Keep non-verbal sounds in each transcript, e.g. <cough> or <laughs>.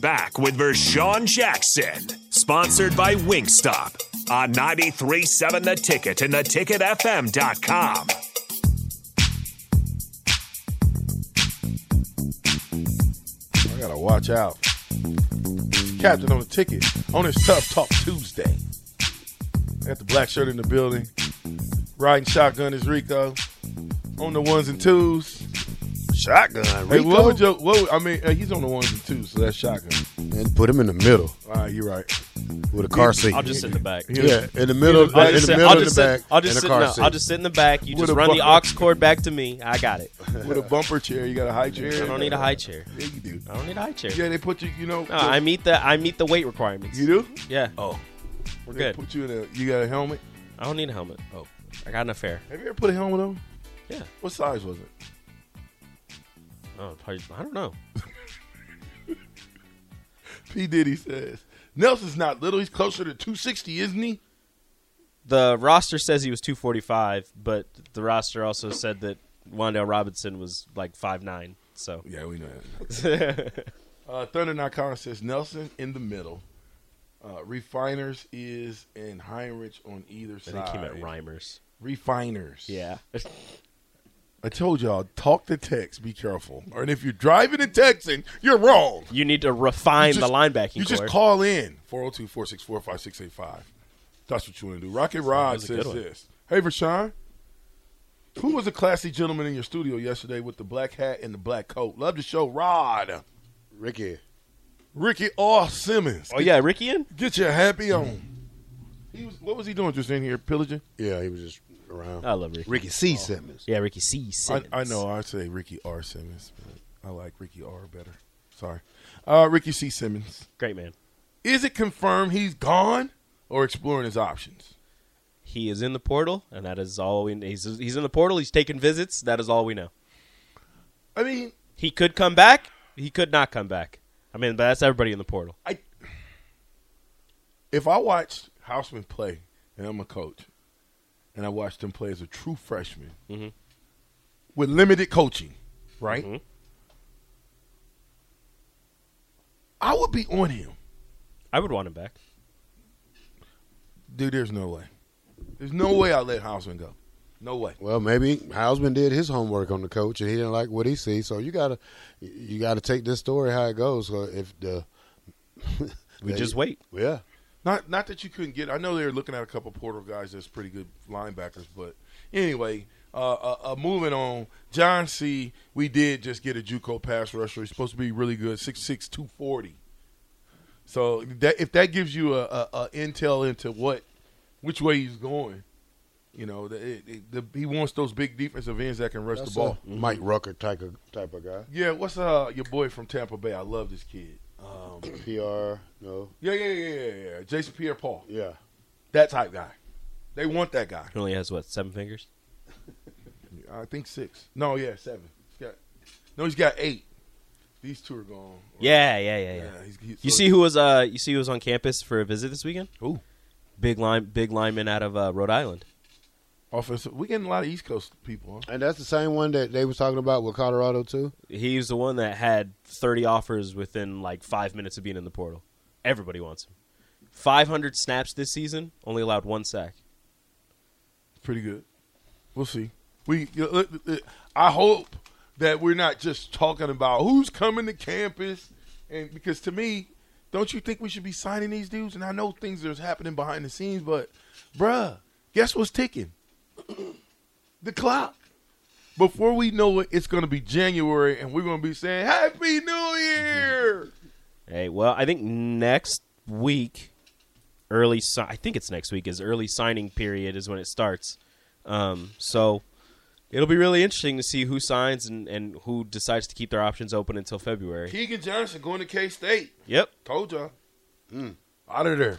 Back with Vershawn Jackson, sponsored by Wingstop on 937 The Ticket and theticketfm.com. I gotta watch out. Captain on the ticket on his Tough Talk Tuesday. I got the black shirt in the building. Riding shotgun is Rico. On the ones and twos. Shotgun. Hey, Rico. what would your, what would, I mean, uh, he's on the ones and twos, so that's shotgun. and put him in the middle All right, you're <laughs> right. with a car seat. I'll just sit in the back. yeah, in the middle, I'll in just the sit- middle I'll of the just back, sit- I'll just in a sit. car no, seat. I'll just sit in the back. You With just a run the bucket. aux cord back to me. I got it. With a bumper chair, you got a high chair. I don't need a high chair. Yeah, you do. I don't need a high chair. Yeah, they put you, you know. No, I meet the I meet the weight requirements. You do? Yeah, Oh. we're They good. put you in a, you got a helmet. I don't need a helmet. Oh, I got an affair. Have you ever put a helmet on? Yeah. What size was it? Oh, probably, I don't know. P. Diddy says. Nelson's not little. He's closer to 260, isn't he? The roster says he was 245, but the roster also said that Wandale Robinson was like 5'9". So Yeah, we know that. <laughs> uh, Thunder Nikon says Nelson in the middle. Uh, Refiners is and Heinrich on either I side. think he meant rhymers. Refiners. Yeah. <laughs> I told y'all, talk to text. Be careful. Or, and if you're driving and texting, you're wrong. you need to refine You the just- linebacking You just core. call in 402 464 5685. That's what you want to do. Rocket Rod was a good says one. this Hey, Rashawn. Who was a classy gentleman in your studio yesterday with the black hat and the black coat? Love the show, Rod. Ricky. Ricky R. Simmons. oh, yeah, Ricky in? Get your happy on. He was, what was he doing just in here? Pillaging? Yeah, he was just around. Oh. I love Uh, Ricky. Ricky C. Simmons. Yeah, Ricky C. I, Simmons. I know. I say Ricky R. Simmons, but I like Ricky R. better. Sorry. Uh, Ricky C. Simmons. Great man. Is it confirmed he's gone or exploring his options? He is in the portal, and that is all we. He's he's in the portal. He's taking visits. That is all we know. I mean, He could come back. He could not come back. I mean, but that's everybody in the portal. I if I watched Houseman play and I'm a coach and I watched him play as a true freshman Mhm. with limited coaching, right? Mhm. I would be on him. I would want him back. Dude, there's no way. There's no way I let Houseman go. No way. Well, maybe Hausman did his homework on the coach, and he didn't like what he sees. So you gotta, you gotta take this story how it goes. So if the <laughs> We they- just wait. yeah, Not not that you couldn't get. I know they're looking at a couple portal guys that's pretty good linebackers, but anyway, uh, uh, uh, moving on. John C. We did just get a JUCO pass rusher. He's supposed to be really good, 6'6", 240. So that if that gives you a, a, a intel into what which way he's going, you know, the, it, it, the, he wants those big defensive ends that can rush that's the ball. a Mike Mm-hmm. Rucker type of type of guy. Yeah, what's uh your boy from Tampa Bay? I love this kid. Um, PR, no, yeah, yeah, yeah, yeah, yeah. Jason Pierre-Paul, yeah. that type guy. They want that guy. He only has what seven fingers. I think six. No, yeah, seven. He's got, no, he's got eight. These two are gone. Yeah, yeah, yeah, yeah. he's, he's, You so- see who was uh you see who was on campus for a visit this weekend? Who? Big line, big lineman out of uh, Rhode Island. offensive. We getting a lot of East Coast people. Huh? And that's the same one that they was talking about with Colorado too. He's the one that had 30 offers within like five minutes of being in the portal. Everybody wants him. 500 snaps this season, only allowed one sack. Pretty good. We'll see. We. uh, uh, I hope that we're not just talking about who's coming to campus, and because to me, don't you think we should be signing these dudes? And I know things are happening behind the scenes, but bruh, guess what's ticking? <clears throat> the clock. Before we know it, it's going to be January, and we're going to be saying Happy New Year. Hey, well, I think next week, early. Si- I think it's next week is early signing period is when it starts. Um, so It'll be really interesting to see who signs and, and who decides to keep their options open until February. Keegan Johnson going to K State. Yep. Told y'all. Mm. Out of there.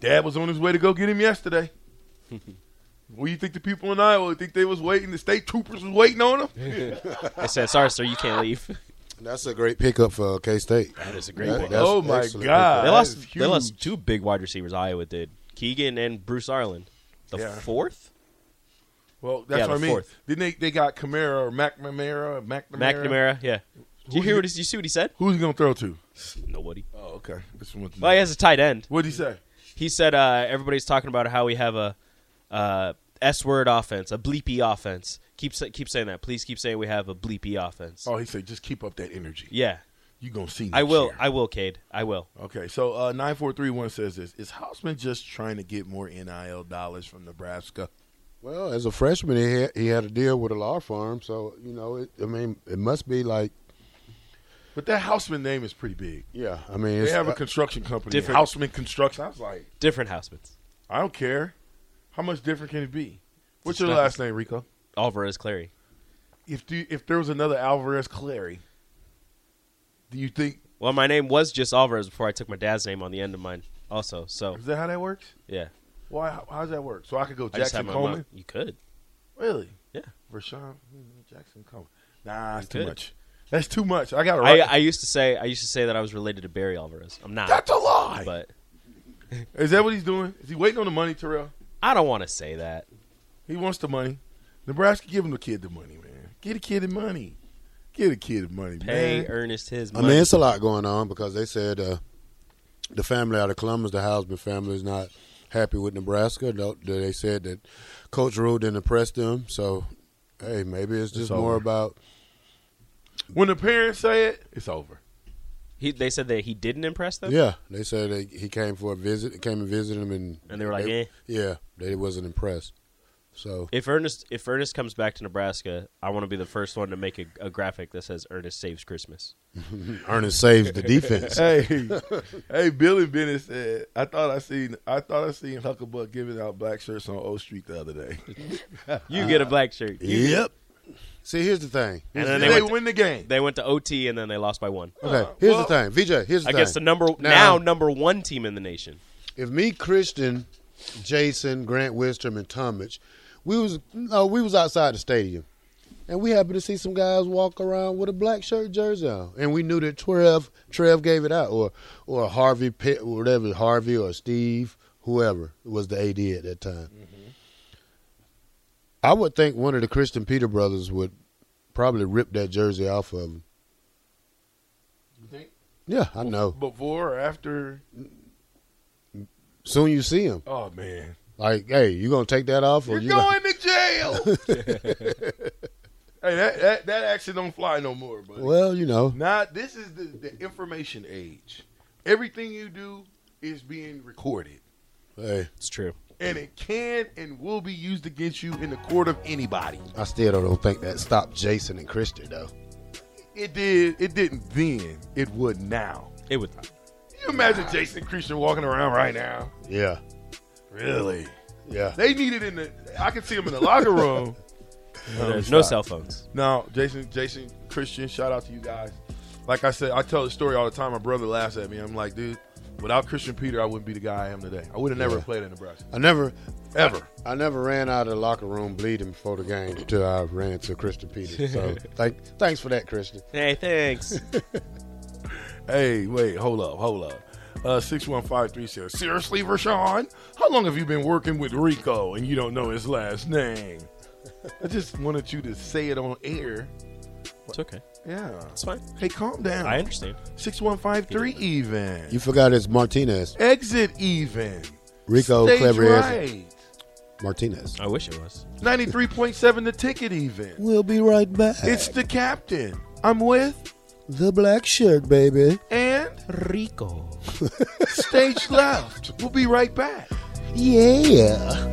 Dad was on his way to go get him <laughs> yesterday. what do you think the people in Iowa think they was waiting? The state troopers was waiting on him. I said, sorry, sir, you can't leave. <laughs> That's a great pickup for K State. That is a great pickup. that's Oh, my excellent God. They That lost, is they lost huge. two big wide receivers, Iowa did Keegan and Bruce Arlen. The Yeah. fourth? Well, that's Yeah, what I the mean. fourth. Didn't they? They got Camara or McNamara, or McNamara. McNamara, yeah. Did you Who's hear he- what, he- you see what he said? Who's he gonna throw to? Nobody. Oh, okay. This one. Well, he has a tight end. What'd he say? He said uh, everybody's talking about how we have a uh, S word offense, a bleepy offense. Keep sa- keep saying that. Please keep saying we have a bleepy offense. Oh, he said, just keep up that energy. Yeah, You gonna see? I next will. year. I will, Cade. I will. Okay, so uh, nine four three one says this: Is Hausman just trying to get more NIL dollars from Nebraska? Well, as a freshman, he had, he had a deal with a law firm, so you know, it, I mean, it must be like, But that Hausman name is pretty big. yeah, I mean, They it's, uh, have a construction company, uh, Different. Hausman Construction. I was like, Different Housemans. I don't care. How much different can it be? What's It's your nothing. last name, Rico? Alvarez Clary. If do, if there was another Alvarez Clary, do you think Well, my name was just Alvarez before I took my dad's name on the end of mine. Also, so is that how that works? yeah, Why? How, how does that work? So I could go I just Jackson have my Coleman. mom- You could. Really? Yeah. Rashawn mm, Jackson Coleman. Nah, that's You too could. much. That's too much. I got to I, write. I used to say I used to say that I was related to Barry Alvarez. I'm not. that's a lie. But Is that what he's doing? Is he waiting on the money, Terrell? I don't want to say that. He wants the money. Nebraska, give him the kid the money, man. Get a kid the money. Get a kid the money, Pay man. Ernest his I money. mean, it's a lot going on because they said uh, the family out of Columbus, the Hausman family, is not happy with Nebraska. No- They said that Coach Rule didn't impress them, so hey, maybe it's just more over. about When the parents say it, it's over. he, they said that he didn't impress them. yeah. They said they, he came for a visit, came and visited him, and And they were like, eh. yeah, they wasn't impressed. So If Ernest if Ernest comes back to Nebraska, I want to be the first one to make a, a graphic that says Ernest saves Christmas. Ernest saves <laughs> the defense. Hey, hey, Billy Bennett said, "I thought I seen, I thought I seen Hucklebuck giving out black shirts on O Street the other day, You get a black shirt. You- yep. See, here's the thing. <laughs> And and then they, they went, win the game." they went to OT and then they lost by one. Okay, here's well- the thing, VJ. Here's the Uh, I thing. guess the number Now- now, number one team in the nation. if me, Christian, Jason, Grant Wistrom, and Tomich, we was no, we was outside the stadium, and we happened to see some guys walk around with a black shirt jersey on, and we knew that Trev Trev gave it out, or or Harvey Pitt, whatever Harvey or Steve, whoever was the AD at that time. Mm-hmm. I would think one of the Christian Peter brothers would probably rip that jersey off of him. think? Yeah, I know. Before or after? Soon you see him. Oh man, Like, hey, you gonna take that off? Or you're you gonna- going to <laughs> jail. hey, that, that that action don't fly no more, buddy. <laughs> Well, you know, Not this is the, the information age. Everything you do is being recorded, hey, It's true. and it can and will be used against you in the court of anybody. I still don't think that stopped Jason and Christian though. It did. It didn't then. It would now. It would. Can you imagine Jason Christian walking around right now? Yeah, Really? yeah. They need it in the. I can see him in the locker room. there's no cell phones. <laughs> No, Jason, Jason Christian, shout out to you guys. Like I said, I tell the story all the time. My brother laughs at me. I'm like, dude, without Christian Peter, I wouldn't be the guy I am today. I would have never played in Nebraska I never, ever. I never ran out of the locker room bleeding before the game until I ran to Christian Peters. <laughs> So, thank, thanks for that, Christian. Hey, thanks. Hey, wait, hold up, hold up. Uh, 6153 says, Seriously, Rashawn? How long have you been working with Rico and you don't know his last name? I just wanted you to say it on air. it's okay. Yeah. It's fine. Hey, calm down. I understand. 6153 even. You forgot it's Martinez, Exit even. Rico Stage Cleveres, right. Martinez. I wish it was. 93.7 the ticket even. We'll be right back. It's the captain. I'm with the black shirt, baby. and Rico. <laughs> stage left. We'll be right back. Yeah.